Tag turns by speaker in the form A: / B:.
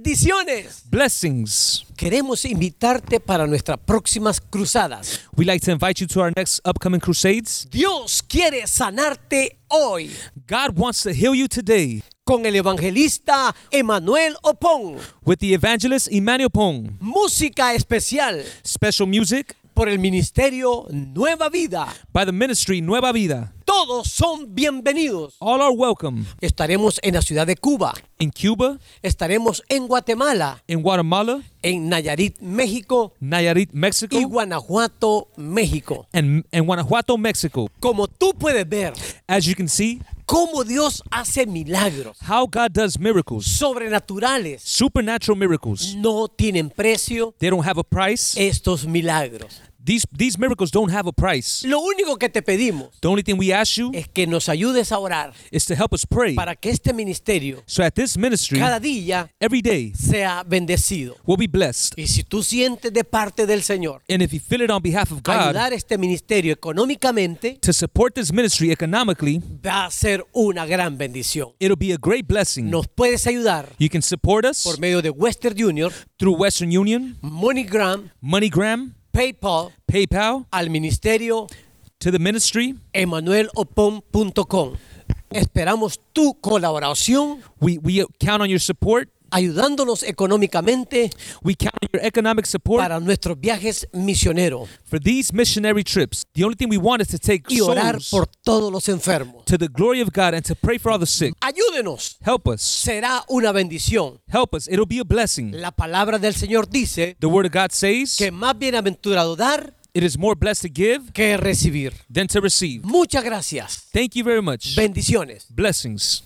A: bendiciones.
B: Blessings.
A: Queremos invitarte para nuestras próximas cruzadas.
B: We'd like to invite you to our next upcoming crusades.
A: Dios quiere sanarte hoy
B: God wants to heal you today
A: con el evangelista Emanuel Opón.
B: with the evangelist Emmanuel Pong.
A: Música especial
B: Special music
A: por el ministerio Nueva Vida.
B: by the ministry Nueva Vida.
A: Todos son bienvenidos.
B: All are welcome
A: Estaremos en la ciudad de Cuba.
B: in Cuba,
A: Estaremos en Guatemala,
B: in Guatemala,
A: en Nayarit, México
B: Nayarit,
A: y
B: Mexico,
A: Guanajuato, México.
B: and, and Guanajuato, Mexico.
A: Como tú puedes ver,
B: As you can see,
A: cómo Dios hace milagros
B: how God does miracles,
A: sobrenaturales.
B: supernatural miracles.
A: No tienen precio
B: They don't have a price.
A: estos milagros.
B: These these miracles don't have a price.
A: Lo único que te pedimos
B: The only thing we ask you
A: es que nos ayudes a orar
B: is to help us pray
A: para que este ministerio
B: so that this ministry
A: cada día
B: every day
A: sea bendecido.
B: will be blessed.
A: Y si tú sientes de parte del Señor
B: And if you feel it on behalf of God
A: ayudar este ministerio económicamente,
B: to support this ministry economically,
A: va a ser una gran bendición.
B: it'll be a great blessing.
A: Nos puedes ayudar
B: You can support us
A: por medio de Western Junior,
B: through Western Union,
A: MoneyGram,
B: MoneyGram,
A: PayPal,
B: PayPal,
A: al ministerio
B: to the ministry.
A: emanuelopon.com. Esperamos tu colaboración
B: We we count on your support.
A: ayudándonos económicamente
B: We count on your economic support
A: para nuestros viajes misioneros
B: for these missionary trips. The only thing we want is to take
A: y orar
B: souls
A: por todos los enfermos.
B: to the glory of God and to pray for all the sick.
A: Ayúdenos,
B: Help us.
A: será una bendición.
B: Help us. It'll be a blessing.
A: La palabra del Señor dice
B: The word of God says
A: que más bienaventurado dar
B: it is more blessed to give
A: que recibir.
B: than to receive.
A: Muchas gracias.
B: Thank you very much.
A: Bendiciones.
B: Blessings.